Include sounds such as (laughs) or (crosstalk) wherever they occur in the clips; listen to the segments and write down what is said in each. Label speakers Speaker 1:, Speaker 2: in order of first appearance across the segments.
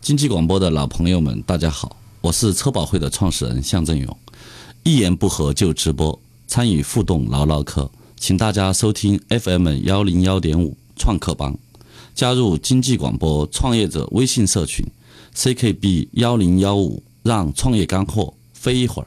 Speaker 1: 经济广播的老朋友们，大家好，我是车保会的创始人向正勇，一言不合就直播，参与互动唠唠嗑，请大家收听 FM 幺零幺点五创客帮，加入经济广播创业者微信社群 CKB 幺零幺五，让创业干货飞一会儿。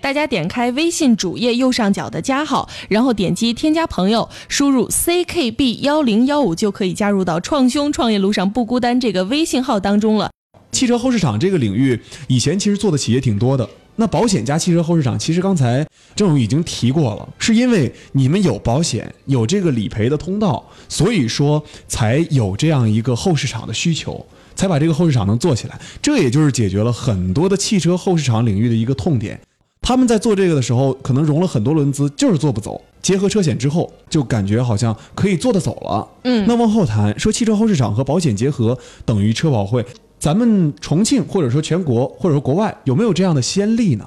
Speaker 2: 大家点开微信主页右上角的加号，然后点击添加朋友，输入 ckb 幺零幺五就可以加入到“创兄创业路上不孤单”这个微信号当中了。
Speaker 3: 汽车后市场这个领域，以前其实做的企业挺多的。那保险加汽车后市场，其实刚才郑总已经提过了，是因为你们有保险，有这个理赔的通道，所以说才有这样一个后市场的需求，才把这个后市场能做起来。这也就是解决了很多的汽车后市场领域的一个痛点。他们在做这个的时候，可能融了很多轮资，就是做不走。结合车险之后，就感觉好像可以做得走了。
Speaker 2: 嗯
Speaker 3: 那往后谈，说汽车后市场和保险结合等于车保会，咱们重庆或者说全国或者说国外有没有这样的先例呢？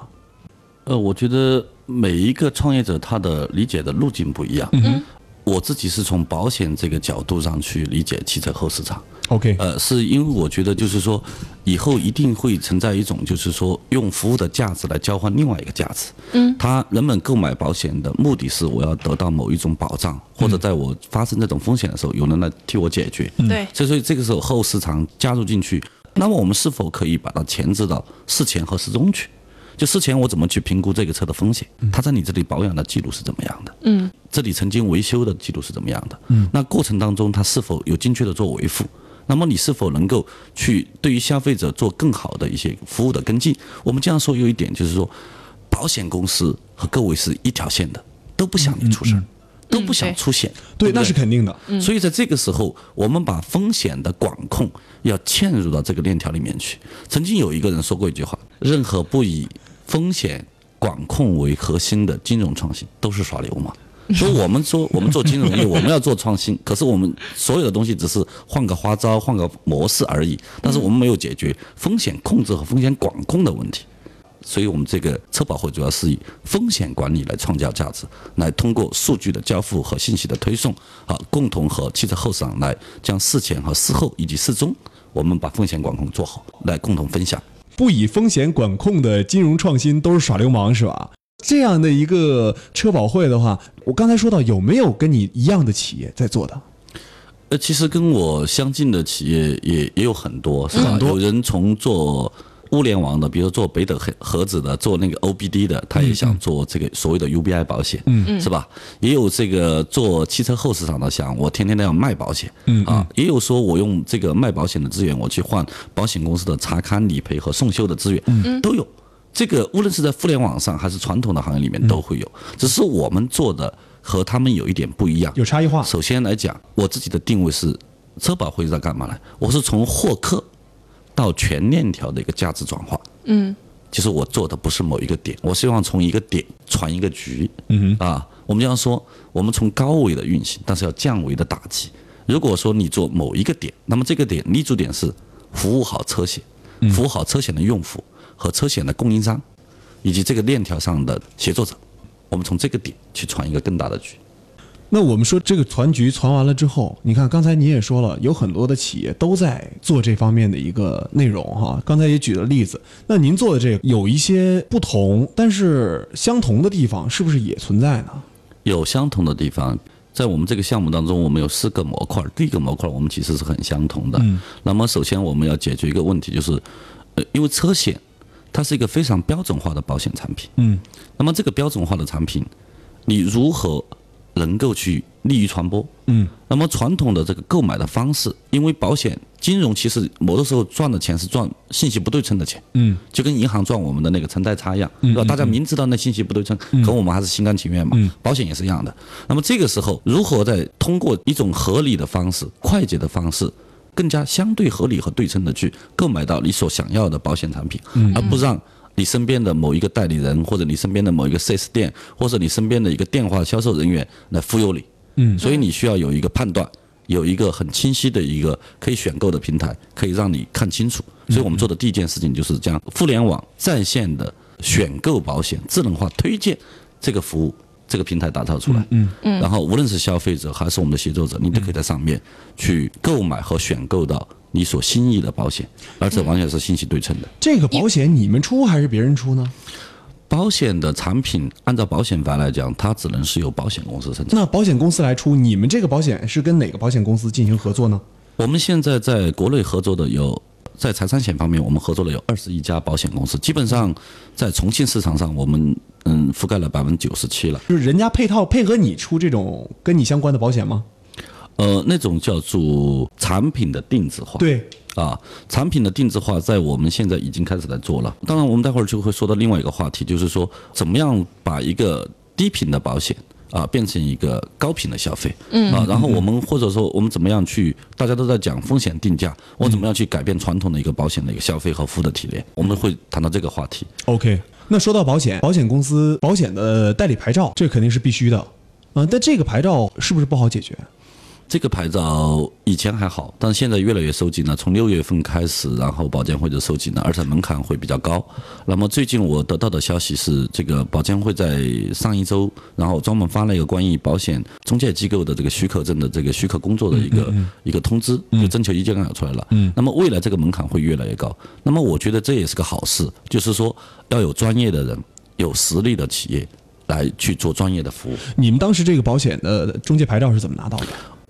Speaker 1: 呃，我觉得每一个创业者他的理解的路径不一样。
Speaker 2: 哼
Speaker 1: 我自己是从保险这个角度上去理解汽车后市场。
Speaker 3: OK，
Speaker 1: 呃，是因为我觉得就是说，以后一定会存在一种就是说，用服务的价值来交换另外一个价值。
Speaker 2: 嗯，
Speaker 1: 他人们购买保险的目的是我要得到某一种保障，或者在我发生这种风险的时候，有人来替我解决。
Speaker 2: 对，
Speaker 1: 所以说这个时候后市场加入进去，那么我们是否可以把它前置到事前和事中去？就事前我怎么去评估这个车的风险？它在你这里保养的记录是怎么样的？
Speaker 2: 嗯，
Speaker 1: 这里曾经维修的记录是怎么样的？嗯，那过程当中它是否有精确的做维护？那么你是否能够去对于消费者做更好的一些服务的跟进？我们这样说有一点就是说，保险公司和各位是一条线的，都不想你出事儿，都不想
Speaker 2: 嗯对
Speaker 1: 出险，
Speaker 3: 对，
Speaker 1: 不
Speaker 3: 那是肯定的。
Speaker 1: 所以在这个时候，我们把风险的管控要嵌入到这个链条里面去。曾经有一个人说过一句话：，任何不以风险管控为核心的金融创新都是耍流氓。所以我们说，我们做金融业，我们要做创新，可是我们所有的东西只是换个花招、换个模式而已，但是我们没有解决风险控制和风险管控的问题。所以我们这个车保会主要是以风险管理来创造价值，来通过数据的交付和信息的推送，好，共同和汽车后市场来将事前和事后以及事中，我们把风险管控做好，来共同分享。
Speaker 3: 不以风险管控的金融创新都是耍流氓，是吧？这样的一个车保会的话，我刚才说到有没有跟你一样的企业在做的？
Speaker 1: 呃，其实跟我相近的企业也也有很多，是吧？
Speaker 3: 很多
Speaker 1: 有人从做物联网的，比如做北斗核核子的，做那个 OBD 的，他也想做这个所谓的 UBI 保险，嗯，是吧？也有这个做汽车后市场的，想我天天都要卖保险，嗯啊，也有说我用这个卖保险的资源，我去换保险公司的查勘、理赔和送修的资源，嗯，都有。这个无论是在互联网上还是传统的行业里面都会有，只是我们做的和他们有一点不一样，
Speaker 3: 有差异化？
Speaker 1: 首先来讲，我自己的定位是车保会在干嘛呢？我是从获客到全链条的一个价值转化。
Speaker 2: 嗯，
Speaker 1: 其实我做的不是某一个点，我希望从一个点传一个局。
Speaker 3: 嗯
Speaker 1: 啊，我们这样说，我们从高维的运行，但是要降维的打击。如果说你做某一个点，那么这个点立足点是服务好车险，服务好车险的用户和车险的供应商，以及这个链条上的协作者。我们从这个点去传一个更大的局。
Speaker 3: 那我们说这个传局传完了之后，你看刚才你也说了，有很多的企业都在做这方面的一个内容哈。刚才也举了例子，那您做的这个有一些不同，但是相同的地方是不是也存在呢？
Speaker 1: 有相同的地方。在我们这个项目当中，我们有四个模块。第一个模块我们其实是很相同的。嗯、那么首先我们要解决一个问题，就是，呃，因为车险它是一个非常标准化的保险产品。
Speaker 3: 嗯。
Speaker 1: 那么这个标准化的产品，你如何能够去利于传播？嗯。那么传统的这个购买的方式，因为保险金融其实某的时候赚的钱是赚信息不对称的钱。
Speaker 3: 嗯，
Speaker 1: 就跟银行赚我们的那个承贷差一样，对吧？大家明知道那信息不对称，可我们还是心甘情愿嘛。保险也是一样的。那么这个时候，如何在通过一种合理的方式、快捷的方式，更加相对合理和对称的去购买到你所想要的保险产品，而不让你身边的某一个代理人，或者你身边的某一个 4S 店，或者你身边的一个电话销售人员来忽悠你。
Speaker 3: 嗯
Speaker 1: 所以你需要有一个判断，有一个很清晰的一个可以选购的平台，可以让你看清楚。所以我们做的第一件事情就是将互联网在线的选购保险智能化推荐这个服务这个平台打造出来。嗯，嗯然后无论是消费者还是我们的协作者，你都可以在上面去购买和选购到你所心意的保险，而且完全是信息对称的。
Speaker 3: 这个保险你们出还是别人出呢？
Speaker 1: 保险的产品按照保险法来讲，它只能是由保险公司生产。
Speaker 3: 那保险公司来出，你们这个保险是跟哪个保险公司进行合作呢？
Speaker 1: 我们现在在国内合作的有，在财产险方面，我们合作了有二十一家保险公司，基本上在重庆市场上，我们嗯覆盖了百分之九十七了。
Speaker 3: 就是人家配套配合你出这种跟你相关的保险吗？
Speaker 1: 呃，那种叫做产品的定制化。
Speaker 3: 对，
Speaker 1: 啊，产品的定制化在我们现在已经开始在做了。当然，我们待会儿就会说到另外一个话题，就是说怎么样把一个低频的保险。啊，变成一个高频的消费，嗯啊，然后我们或者说我们怎么样去，大家都在讲风险定价，我怎么样去改变传统的一个保险的一个消费和服务的体验，我们会谈到这个话题。
Speaker 3: OK，那说到保险，保险公司保险的代理牌照，这肯定是必须的啊、但这个牌照是不是不好解决？
Speaker 1: 这个牌照以前还好，但现在越来越收紧了。从六月份开始，然后保监会就收紧了，而且门槛会比较高。那么最近我得到的消息是，这个保监会在上一周，然后专门发了一个关于保险中介机构的这个许可证的这个许可工作的一个、一个通知，就征求意见稿出来了。嗯，那么未来这个门槛会越来越高。那么我觉得这也是个好事，就是说要有专业的人，有实力的企业来去做专业的服务。
Speaker 3: 你们当时这个保险的中介牌照是怎么拿到的？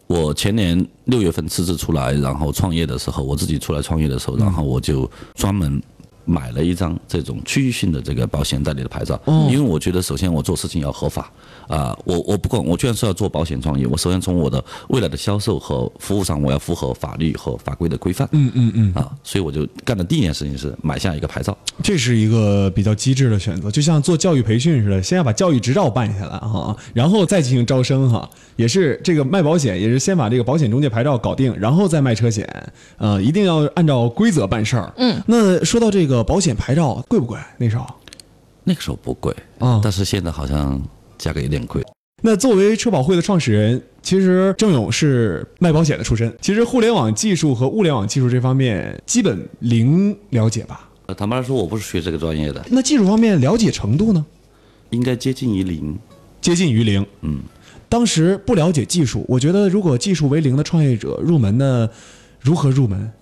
Speaker 1: 我前年六月份辞职出来，然后创业的时候，我自己出来创业的时候，然后我就专门买了一张这种区域性的这个保险代理的牌照，因为我觉得首先我做事情要合法啊、我我不管我居然是要做保险创业，我首先从我的未来的销售和服务上，我要符合法律和法规的规范，嗯嗯嗯啊，所以我就干的第一件事情是买下一个牌照，
Speaker 3: 这是一个比较机智的选择，就像做教育培训似的，先要把教育执照办下来哈，然后再进行招生哈，也是这个卖保险，也是先把这个保险中介牌照搞定，然后再卖车险，呃，一定要按照规则办事儿。嗯，那说到这个保险牌照贵不贵？那时候，
Speaker 1: 那个时候不贵，
Speaker 3: 哦
Speaker 1: 但是现在好像价格有点贵。
Speaker 3: 那作为车保会的创始人，其实郑勇是卖保险的出身，其实互联网技术和物联网技术这方面基本零了解吧？
Speaker 1: 呃坦白来说，我不是学这个专业的，
Speaker 3: 那技术方面了解程度呢？
Speaker 1: 应该接近于零。
Speaker 3: 接近于零。嗯，当时不了解技术，我觉得如果技术为零的创业者入门呢，如何入门？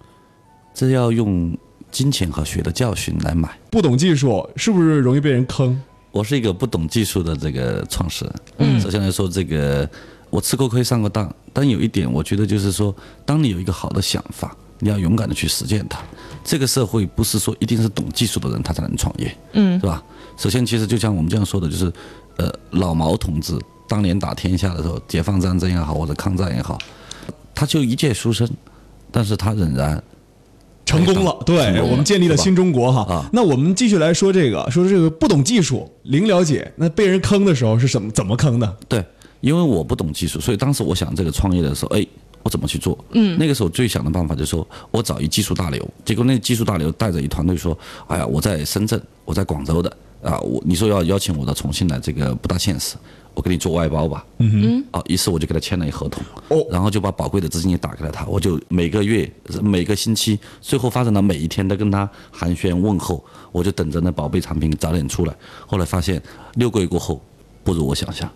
Speaker 1: 这要用金钱和血的教训来买。
Speaker 3: 不懂技术是不是容易被人坑？
Speaker 1: 我是一个不懂技术的这个创始人，首先来说，这个我吃过亏上过当，但有一点我觉得就是说，当你有一个好的想法，你要勇敢的去实践它。这个社会不是说一定是懂技术的人他才能创业，嗯，是吧？首先，其实就像我们这样说的，就是，呃，老毛同志当年打天下的时候，解放战争也好，或者抗战也好，他就一介书生，但是他仍然
Speaker 3: 哎成功了，对我们建立了新中国哈。
Speaker 1: 啊
Speaker 3: 那我们继续来说这个，说这个不懂技术、零了解，那被人坑的时候是怎么怎么坑的？
Speaker 1: 对，因为我不懂技术，所以当时我想这个创业的时候，哎，我怎么去做？嗯，那个时候最想的办法就是说我找一技术大牛，结果那技术大牛带着一团队说，哎呀，我在深圳，我在广州的啊，我你说要邀请我到重庆来，这个不大现实。我给你做外包吧，嗯哼，啊，于是我就给他签了一合同，
Speaker 3: 哦
Speaker 1: 然后就把宝贵的资金也打给了他，我就每个月、呃每个星期，最后发展到每一天都跟他寒暄问候，我就等着那宝贝产品早点出来。后来发现六个月过后，不如我想象，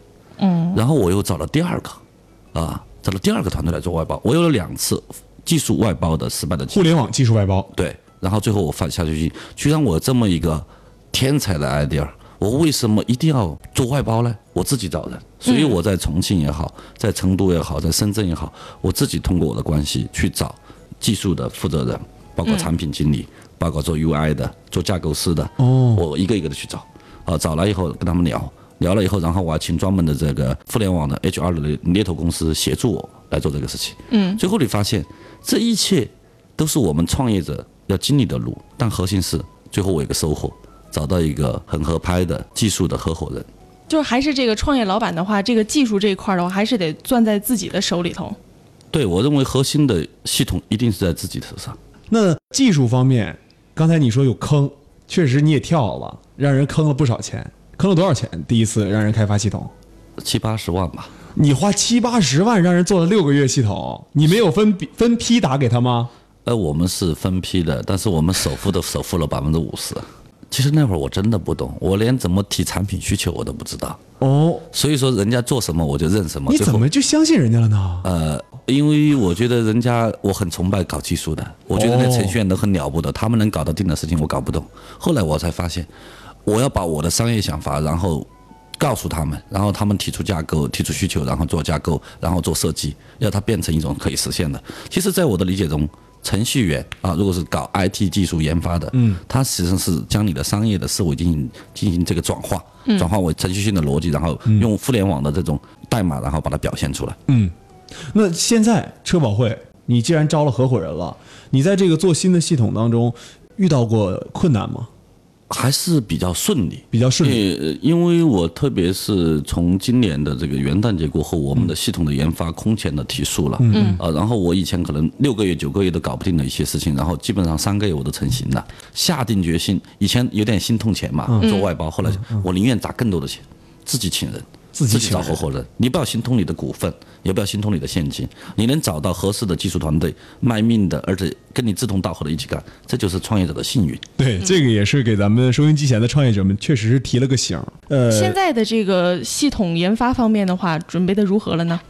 Speaker 1: 然后我又找了第二个，啊，找了第二个团队来做外包，我有了两次技术外包的失败的经
Speaker 3: 互
Speaker 1: 验，
Speaker 3: 联网技术外包，
Speaker 1: 对，然后最后我犯下决心，居然我这么一个天才的 idea，我为什么一定要做外包呢？我自己找人，所以我在重庆也好，在成都也好，在深圳也好，我自己通过我的关系去找技术的负责人，包括产品经理，包括做 UI 的、做架构师的，
Speaker 3: 哦
Speaker 1: 我一个一个的去找，啊，找来以后跟他们聊，聊了以后，然后我还请专门的这个互联网的 HR 的猎头公司协助我来做这个事情。嗯，最后你发现这一切都是我们创业者要经历的路，但核心是最后我有个收获，找到一个很合拍的技术的合伙人。
Speaker 2: 就是还是这个创业老板的话，这个技术这一块儿的话，还是得攥在自己的手里头。
Speaker 1: 对我认为核心的系统一定是在自己手上。
Speaker 3: 那技术方面，刚才你说有坑，确实你也跳了，让人坑了不少钱，坑了多少钱？第一次让人开发系统，
Speaker 1: 七八十万吧，
Speaker 3: 你花七八十万让人做了六个月系统，你没有分批分批打给他吗？
Speaker 1: (laughs) 呃，我们是分批的，但是我们首付的首付了百分之五十。其实那会儿我真的不懂，我连怎么提产品需求我都不知道，
Speaker 3: 哦，
Speaker 1: 所以说人家做什么我就认什么。
Speaker 3: 你
Speaker 1: 最后
Speaker 3: 怎么就相信人家了呢？
Speaker 1: 呃，因为我觉得人家我很崇拜搞技术的，我觉得那
Speaker 3: 哦
Speaker 1: 程序员都很了不得，他们能搞得定的事情我搞不懂。后来我才发现，我要把我的商业想法，然后告诉他们，然后他们提出架构、提出需求，然后做架构，然后做设计，让它变成一种可以实现的。其实，在我的理解中。程序员啊，如果是搞 IT 技术研发的，嗯，他实际上是将你的商业的思维进行进行这个转化，转化为程序性的逻辑，然后用互联网的这种代码，然后把它表现出来。
Speaker 3: 那现在车保会，你既然招了合伙人了，你在这个做新的系统当中遇到过困难吗？
Speaker 1: 还是比较顺利。
Speaker 3: 比较顺利，
Speaker 1: 呃，因为我特别是从今年的这个元旦节过后，我
Speaker 3: 嗯
Speaker 1: 们的系统的研发空前的提速了，嗯啊，然后我以前可能六个月、九个月都搞不定的一些事情，然后基本上三个月我都成型了，下定决心。以前有点心痛钱
Speaker 3: 嗯
Speaker 1: 嘛，做外包，后来我宁愿砸更多的钱，自己请人。
Speaker 3: 自己
Speaker 1: 自
Speaker 3: 请
Speaker 1: 己找
Speaker 3: 人
Speaker 1: 合伙人，你不要心痛你的股份，也不要心痛你的现金，你能找到合适的技术团队，卖命的，而且跟你志同道合的一起干，这就是创业者的幸运。
Speaker 3: 对，这个也是给咱们收音机前的创业者们确实是提了个醒儿。呃，
Speaker 2: 现在的这个系统研发方面的话，准备的如何了呢？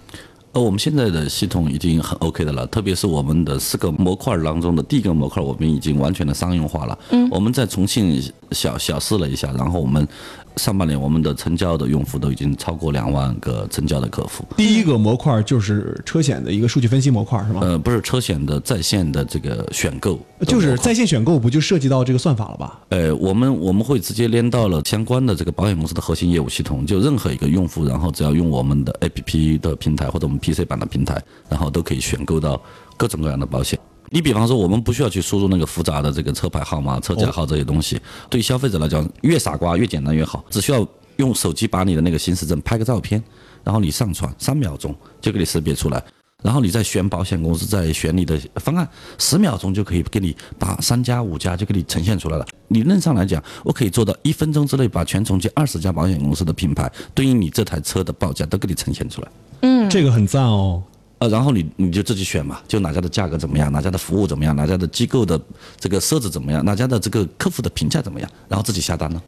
Speaker 1: 呃，我们现在的系统已经很 OK 的了，特别是我们的四个模块当中的第一个模块，我们已经完全的商用化了。嗯，我们在重庆小小试了一下，然后我们上半年我们的成交的用户都已经超过两万个成交的客户。
Speaker 3: 第一个模块就是车险的一个数据分析模块，是吗？
Speaker 1: 呃，不是车险的在线的这个选购的模块，
Speaker 3: 就是在线选购不就涉及到这个算法了吧？
Speaker 1: 呃，我们我们会直接连到了相关的这个保险公司的核心业务系统，就任何一个用户，然后只要用我们的 APP 的平台或者我们 PC 版的平台，然后都可以选购到各种各样的保险。你比方说，我们不需要去输入那个复杂的这个车牌号码、车架号这些东西，对于消费者来讲，越傻瓜越简单越好，只需要用手机把你的那个行驶证拍个照片，然后你上传，三秒钟就给你识别出来。然后你再选保险公司，再选你的方案，十秒钟就可以给你把三家五家就给你呈现出来了。理论上来讲，我可以做到一分钟之内把全重庆二十家保险公司的品牌对应你这台车的报价都给你呈现出来。
Speaker 3: 嗯，这个很赞哦。
Speaker 1: 呃，然后你你就自己选嘛，就哪家的价格怎么样，哪家的服务怎么样，哪家的机构的这个设置怎么样，哪家的这个客户的评价怎么样，然后自己下单了。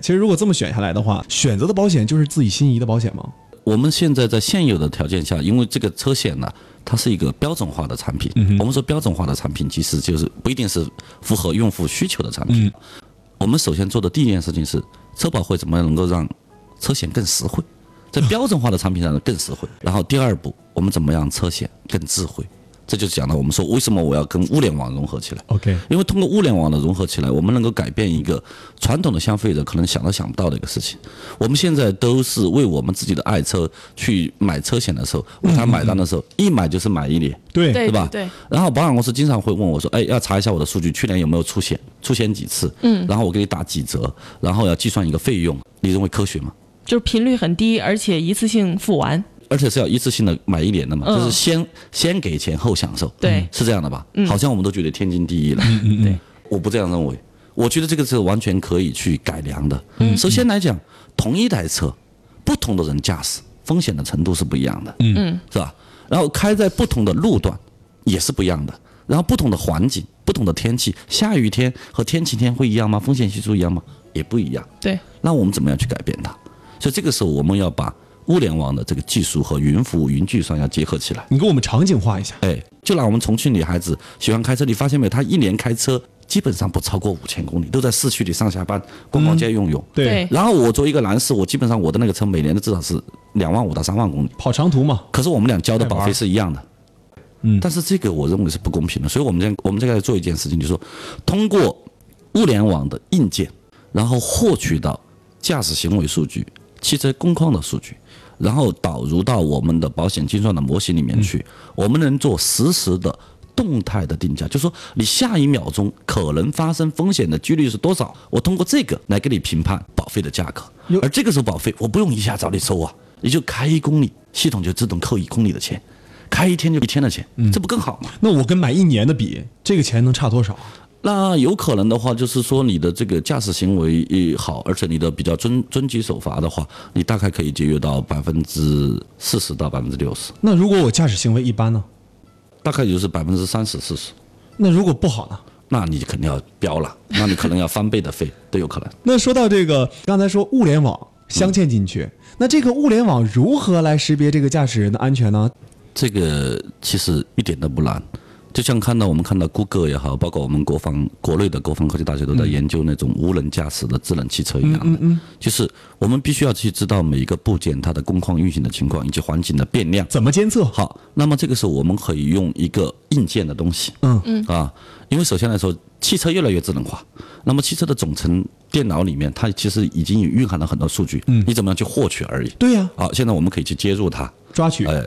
Speaker 3: 其实如果这么选下来的话，选择的保险就是自己心仪的保险吗？
Speaker 1: 我们现在在现有的条件下，因为这个车险呢，它是一个标准化的产品。我们说标准化的产品，其实就是不一定是符合用户需求的产品。我们首先做的第一件事情是，车保会怎么样能够让车险更实惠，在标准化的产品上更实惠。然后第二步，我们怎么样车险更智慧？这就是讲到我们说为什么我要跟物联网融合起来。
Speaker 3: OK
Speaker 1: 因为通过物联网的融合起来，我们能够改变一个传统的消费者可能想都想不到的一个事情。我们现在都是为我们自己的爱车去买车险的时候，为他买单的时候，一买就是买一年，
Speaker 3: 对
Speaker 2: 对
Speaker 1: 对吧？
Speaker 2: 对对
Speaker 1: 然后保险公司经常会问我说：“哎，要查一下我的数据，去年有没有出险，出险几次？嗯，然后我给你打几折，然后要计算一个费用，你认为科学吗？
Speaker 2: 就是频率很低，而且一次性付完。
Speaker 1: 而且是要一次性的买一年的嘛，
Speaker 2: 嗯
Speaker 1: 就是先先给钱后享受，
Speaker 2: 对
Speaker 1: 是这样的吧？好像我们都觉得天经地义了，嗯对，我不这样认为，我觉得这个是完全可以去改良的。首先来讲，同一台车，不同的人驾驶，风险的程度是不一样的，嗯，是吧？然后开在不同的路段也是不一样的，然后不同的环境、不同的天气，下雨天和天晴天会一样吗？风险系数一样吗？也不一样。
Speaker 2: 对，
Speaker 1: 那我们怎么样去改变它？所以这个时候我们要把物联网的这个技术和云服务、云计算要结合起来。
Speaker 3: 你给我们场景化一下。
Speaker 1: 哎，就拿我们重庆女孩子喜欢开车，你发现没有？她一年开车基本上不超过五千公里，都在市区里上下班、逛逛街、用用。
Speaker 3: 嗯
Speaker 2: 对
Speaker 1: 然后我作为一个男士，我基本上我的那个车每年的至少是两万五到三万公里，
Speaker 3: 跑长途嘛，
Speaker 1: 可是我们俩交的保费是一样的。
Speaker 3: 嗯
Speaker 1: 但是这个我认为是不公平的，所以我们现在我们现在做一件事情，就是说通过物联网的硬件，然后获取到驾驶行为数据、汽车工况的数据，然后导入到我们的保险精算的模型里面去，我们能做实时的。动态的定价，就是说你下一秒钟可能发生风险的几率是多少？我通过这个来给你评判保费的价格
Speaker 3: 有，
Speaker 1: 而这个时候保费我不用一下找你收啊，你就开一公里，系统就自动扣一公里的钱，开一天就一天的钱，这不更好吗？
Speaker 3: 那我跟买一年的比，这个钱能差多少？啊
Speaker 1: 那有可能的话，就是说你的这个驾驶行为也好，而且你的比较遵遵纪守法的话，你大概可以节约到百分之四十到百分之六十，
Speaker 3: 那如果我驾驶行为一般呢？
Speaker 1: 大概也就是百分之三十四十。
Speaker 3: 那如果不好呢？
Speaker 1: 那你肯定要标了，那你可能要翻倍的费都有可能。
Speaker 3: 那说到这个，刚才说物联网镶嵌进去，那这个物联网如何来识别这个驾驶人的安全呢？
Speaker 1: 这个其实一点都不难，就像看到我们看到谷歌也好，包括我们国防国内的国防科技大学都在研究那种无人驾驶的智能汽车一样的，就是我们必须要去知道每一个部件它的工况运行的情况以及环境的变量。
Speaker 3: 怎么监测？
Speaker 1: 好，那么这个时候我们可以用一个硬件的东西，
Speaker 3: 嗯
Speaker 1: 嗯啊，因为首先来说，汽车越来越智能化，那么汽车的总成电脑里面，它其实已经蕴含了很多数据，嗯，你怎么样去获取而已。
Speaker 3: 对呀、
Speaker 1: 好，现在我们可以去接入它，
Speaker 3: 抓取。
Speaker 1: 呃，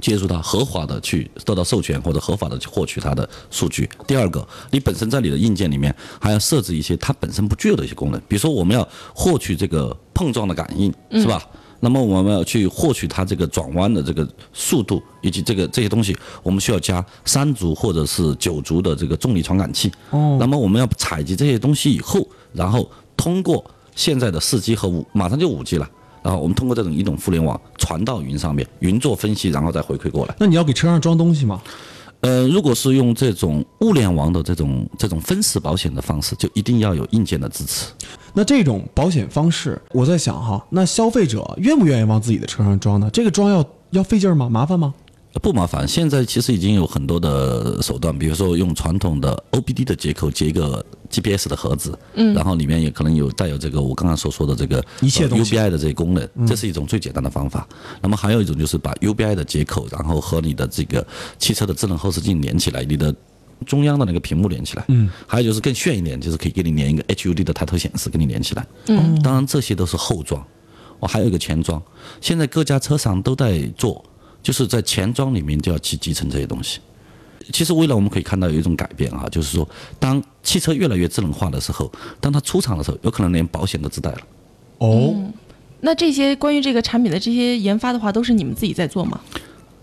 Speaker 1: 接触它，合法的去得到授权或者合法的去获取它的数据。第二个，你本身在你的硬件里面还要设置一些它本身不具有的一些功能，比如说我们要获取这个碰撞的感应，是吧？那么我们要去获取它这个转弯的这个速度，以及这个这些东西，我们需要加三足或者是九足的这个重力传感器。哦，
Speaker 3: 嗯
Speaker 1: 那么我们要采集这些东西以后，然后通过现在的四 G 和五，马上就五 G 了。然后我们通过这种移动互联网传到云上面，云做分析，然后再回馈过来。
Speaker 3: 那你要给车上装东西吗？
Speaker 1: 呃，如果是用这种物联网的这种这种分时保险的方式，就一定要有硬件的支持。
Speaker 3: 那这种保险方式，我在想哈，那消费者愿不愿意往自己的车上装呢？这个装要要费劲儿吗？麻烦吗？
Speaker 1: 呃不麻烦，现在其实已经有很多的手段，比如说用传统的 OBD 的接口接一个 GPS 的盒子，嗯，然后里面也可能有带有这个我刚刚所说的这个呃
Speaker 3: 一切东西嗯
Speaker 1: UBI 的这些功能，这是一种最简单的方法。那么还有一种就是把 UBI 的接口，然后和你的这个汽车的智能后视镜连起来，你的中央的那个屏幕连起来，嗯，还有就是更炫一点，就是可以给你连一个 HUD 的抬头显示给你连起来，嗯，当然这些都是后装，我还有一个前装，现在各家车商都在做，就是在前装里面就要去集成这些东西。其实未来我们可以看到有一种改变啊，就是说，当汽车越来越智能化的时候，当它出厂的时候，有可能连保险都自带了。
Speaker 3: 哦，
Speaker 2: 那这些关于这个产品的这些研发的话，都是你们自己在做吗？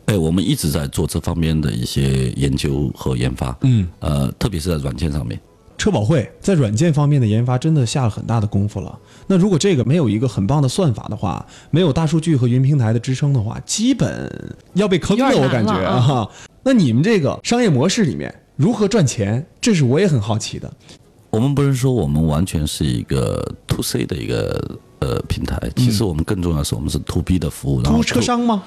Speaker 1: 哎，我们一直在做这方面的一些研究和研发，
Speaker 3: 嗯，
Speaker 1: 呃，特别是在软件上面。
Speaker 3: 车保会在软件方面的研发真的下了很大的功夫了。那如果这个没有一个很棒的算法的话，没有大数据和云平台的支撑的话，基本要被坑
Speaker 2: 有
Speaker 3: 了，
Speaker 2: 点
Speaker 3: 我感觉
Speaker 2: 难了啊
Speaker 3: 啊。那你们这个商业模式里面如何赚钱，这是我也很好奇的。
Speaker 1: 我们不是说我们完全是一个 to C 的一个呃平台，其实我们更重要的是我们是 to B 的服务，然后
Speaker 3: 出车
Speaker 1: to-
Speaker 3: 商吗？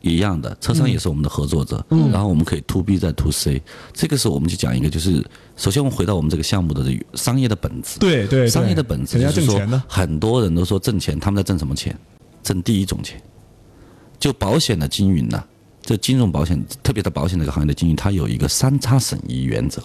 Speaker 1: 一样的，车商也是我们的合作者，
Speaker 3: 嗯
Speaker 1: 然后我们可以 to B 再 to C，这个时候我们就讲一个，就是首先我们回到我们这个项目的这商业的本质，
Speaker 3: 对对，对
Speaker 1: 商业的本质
Speaker 3: 肯定要
Speaker 1: 就是
Speaker 3: 挣
Speaker 1: 说
Speaker 3: 钱的。，
Speaker 1: 很多人都说挣钱，他们在挣什么钱？挣第一种钱，就保险的经营呢、这金融保险，特别在保险这个行业的经营，它有一个三差审议原则，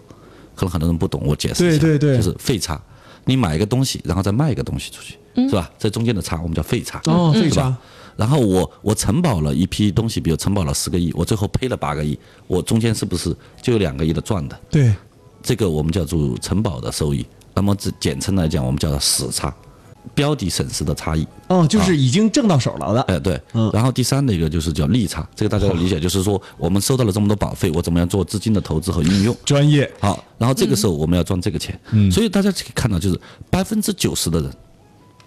Speaker 1: 可能很多人不懂，我解释一下，
Speaker 3: 对对对
Speaker 1: 就是费差，你买一个东西，然后再卖一个东西出去，是吧？这中间的差我们叫费差，
Speaker 3: 嗯哦，
Speaker 1: 是
Speaker 3: 费
Speaker 1: 吧
Speaker 3: 差。
Speaker 1: 然后我我承保了一批东西，比如承保了十个亿，我最后赔了八个亿，我中间是不是就有两个亿的赚的？
Speaker 3: 对，
Speaker 1: 这个我们叫做承保的收益。那么这简称来讲，我们叫它死差，标的损失的差异。
Speaker 3: 哦，就是已经挣到手了的。
Speaker 1: 哎、对。
Speaker 3: 嗯
Speaker 1: 然后第三的一个就是叫利差，这个大家要理解，就是说我们收到了这么多保费，我怎么样做资金的投资和运用？
Speaker 3: 专业
Speaker 1: 好，然后这个时候我们要赚这个钱。所以大家可以看到，就是百分之九十的人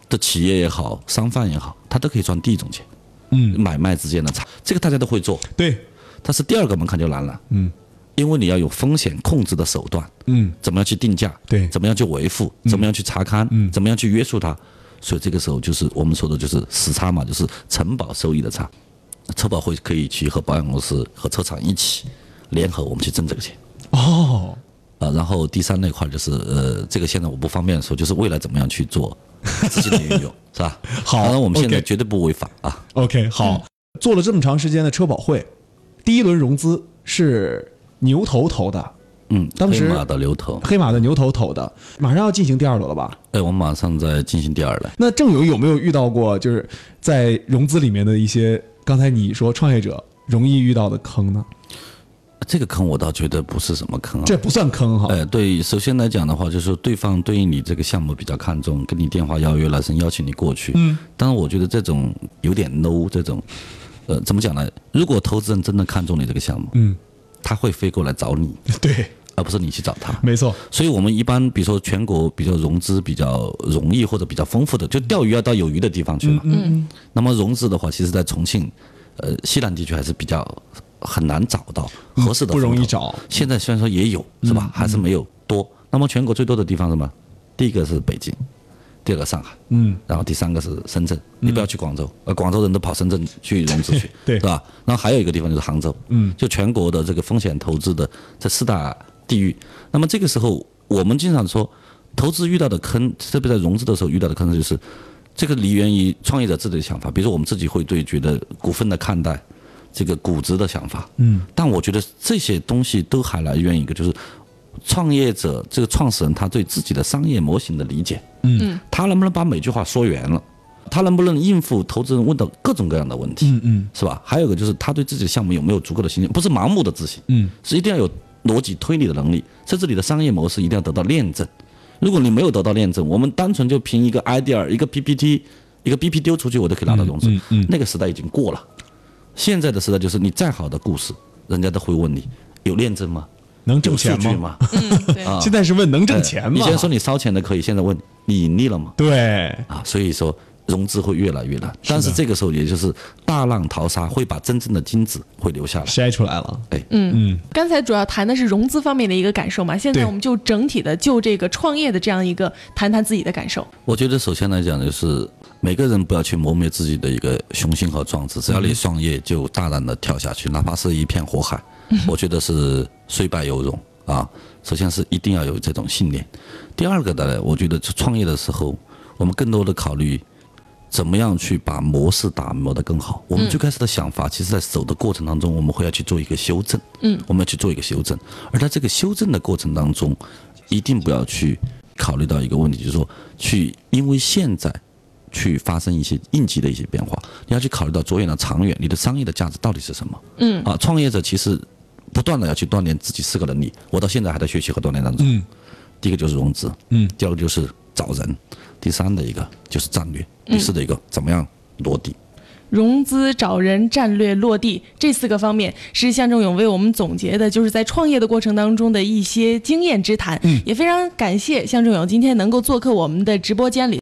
Speaker 1: 的企业也好，商贩也好，他都可以赚第一种钱。
Speaker 3: 嗯，
Speaker 1: 买卖之间的差，这个大家都会做。
Speaker 3: 对，
Speaker 1: 但是第二个门槛就难了，嗯，因为你要有风险控制的手段，
Speaker 3: 嗯，
Speaker 1: 怎么样去定价，
Speaker 3: 对
Speaker 1: 怎么样去维护，怎么样去查看，嗯，怎么样去约束它，所以这个时候就是我们说的就是死差嘛，就是承保收益的差，车保会可以去和保险公司和车厂一起联合我们去挣这个钱。
Speaker 3: 哦，
Speaker 1: 啊，然后第三那块就是呃，这个现在我不方便说，就是未来怎么样去做资金的运
Speaker 3: (laughs)
Speaker 1: 用，是吧？
Speaker 3: 好
Speaker 1: 当然我们现在
Speaker 3: OK
Speaker 1: 绝对不违法啊。
Speaker 3: OK，好，做了这么长时间的车保会，第一轮融资是牛头投的，
Speaker 1: 嗯，
Speaker 3: 当时
Speaker 1: 黑马的流头，
Speaker 3: 黑马的牛头投的，马上要进行第二轮了吧？
Speaker 1: 哎，我们马上在进行第二轮。
Speaker 3: 那郑勇有没有遇到过就是在融资里面的一些刚才你说创业者容易遇到的坑呢？
Speaker 1: 这个坑我倒觉得不是什么坑啊。
Speaker 3: 这不算坑哈，
Speaker 1: 呃，对，首先来讲的话，就是说对方对于你这个项目比较看重，跟你电话邀约了，甚至邀请你过去。嗯，当然我觉得这种有点 low，这种，呃，怎么讲呢？如果投资人真的看中你这个项目，
Speaker 3: 嗯，
Speaker 1: 他会飞过来找你，
Speaker 3: (laughs) 对，
Speaker 1: 而不是你去找他。
Speaker 3: 没错，
Speaker 1: 所以我们一般，比如说全国比较融资比较容易或者比较丰富的，就钓鱼要到有鱼的地方去嘛。嗯。那么融资的话，其实在重庆，呃，西南地区还是比较很难找到合适的啊
Speaker 3: 嗯不容
Speaker 1: 风
Speaker 3: 易
Speaker 1: 投
Speaker 3: 找，嗯
Speaker 1: 现在虽然说也有是吧，还是没有多，那么全国最多的地方是什么？第一个是北京，第二个上海，
Speaker 3: 嗯，，
Speaker 1: 然后第三个是深圳。你不要去广州，呃，广州人都跑深圳去融资去
Speaker 3: (laughs) 对
Speaker 1: 是吧？然后还有一个地方就是杭州，
Speaker 3: 嗯，
Speaker 1: 就全国的这个风险投资的这四大地域。那么这个时候，我们经常说，投资遇到的坑，特别在融资的时候遇到的坑就是。这个梨源于创业者自己的想法，比如说我们自己会对觉得股份的看待，这个估值的想法，
Speaker 3: 嗯，
Speaker 1: 但我觉得这些东西都还来源于一个，就是创业者这个创始人他对自己的商业模型的理解，
Speaker 3: 嗯，
Speaker 1: 他能不能把每句话说圆了，他能不能应付投资人问的各种各样的问题，
Speaker 3: 嗯嗯
Speaker 1: 是吧？还有一个就是他对自己的项目有没有足够的信心，不是盲目的自信，
Speaker 3: 嗯，
Speaker 1: 是一定要有逻辑推理的能力，甚至你的商业模式一定要得到验证。如果你没有得到验证，我们单纯就凭一个 idea、一个 PPT、一个 BP 丢出去，我都可以拿到融资，
Speaker 3: 嗯嗯嗯
Speaker 1: 那个时代已经过了。现在的时代就是你再好的故事，人家都会问你有验证吗？
Speaker 3: 能
Speaker 1: 有
Speaker 3: 挣
Speaker 1: 数
Speaker 3: 钱
Speaker 1: 据
Speaker 3: 吗？
Speaker 1: 吗？
Speaker 2: 嗯，对，
Speaker 3: 现在是问能挣 (laughs) 钱吗？
Speaker 1: 以前啊哎说你烧钱的可以，现在问你盈利了吗？
Speaker 3: 对，
Speaker 1: 啊，所以说融资会越来越难。但是这个时候，也就是大浪淘沙，会把真正的金子会留下来。
Speaker 3: 筛出来了。
Speaker 1: 哎，
Speaker 3: 嗯，
Speaker 2: 刚才主要谈的是融资方面的一个感受嘛，现在
Speaker 3: 对
Speaker 2: 我们就整体的就这个创业的这样一个谈谈自己的感受。
Speaker 1: 我觉得首先来讲，就是每个人不要去磨灭自己的一个雄心和壮志。只要你创业，就大胆的跳下去，哪怕是一片火海，我觉得是虽败犹荣啊。首先是一定要有这种信念。第二个呢，我觉得创业的时候，我们更多的考虑怎么样去把模式打磨得更好。我们最开始的想法，其实在走的过程当中，我们会要去做一个修正，嗯，我们要去做一个修正。而在这个修正的过程当中，一定不要去考虑到一个问题，就是说去因为现在去发生一些应急的一些变化，你要去考虑到着眼的长远，你的商业的价值到底是什么？嗯，啊，创业者其实不断的要去锻炼自己四个能力，我到现在还在学习和锻炼当中。
Speaker 3: 嗯，
Speaker 1: 第一个就是融资，
Speaker 3: 嗯，
Speaker 1: 第二个就是找人，第三的一个就是战略，第四的一个怎么样落地。
Speaker 2: 融资、找人、战略、落地这四个方面是向正勇为我们总结的，就是在创业的过程当中的一些经验之谈。嗯，也非常感谢向正勇今天能够做客我们的直播间里。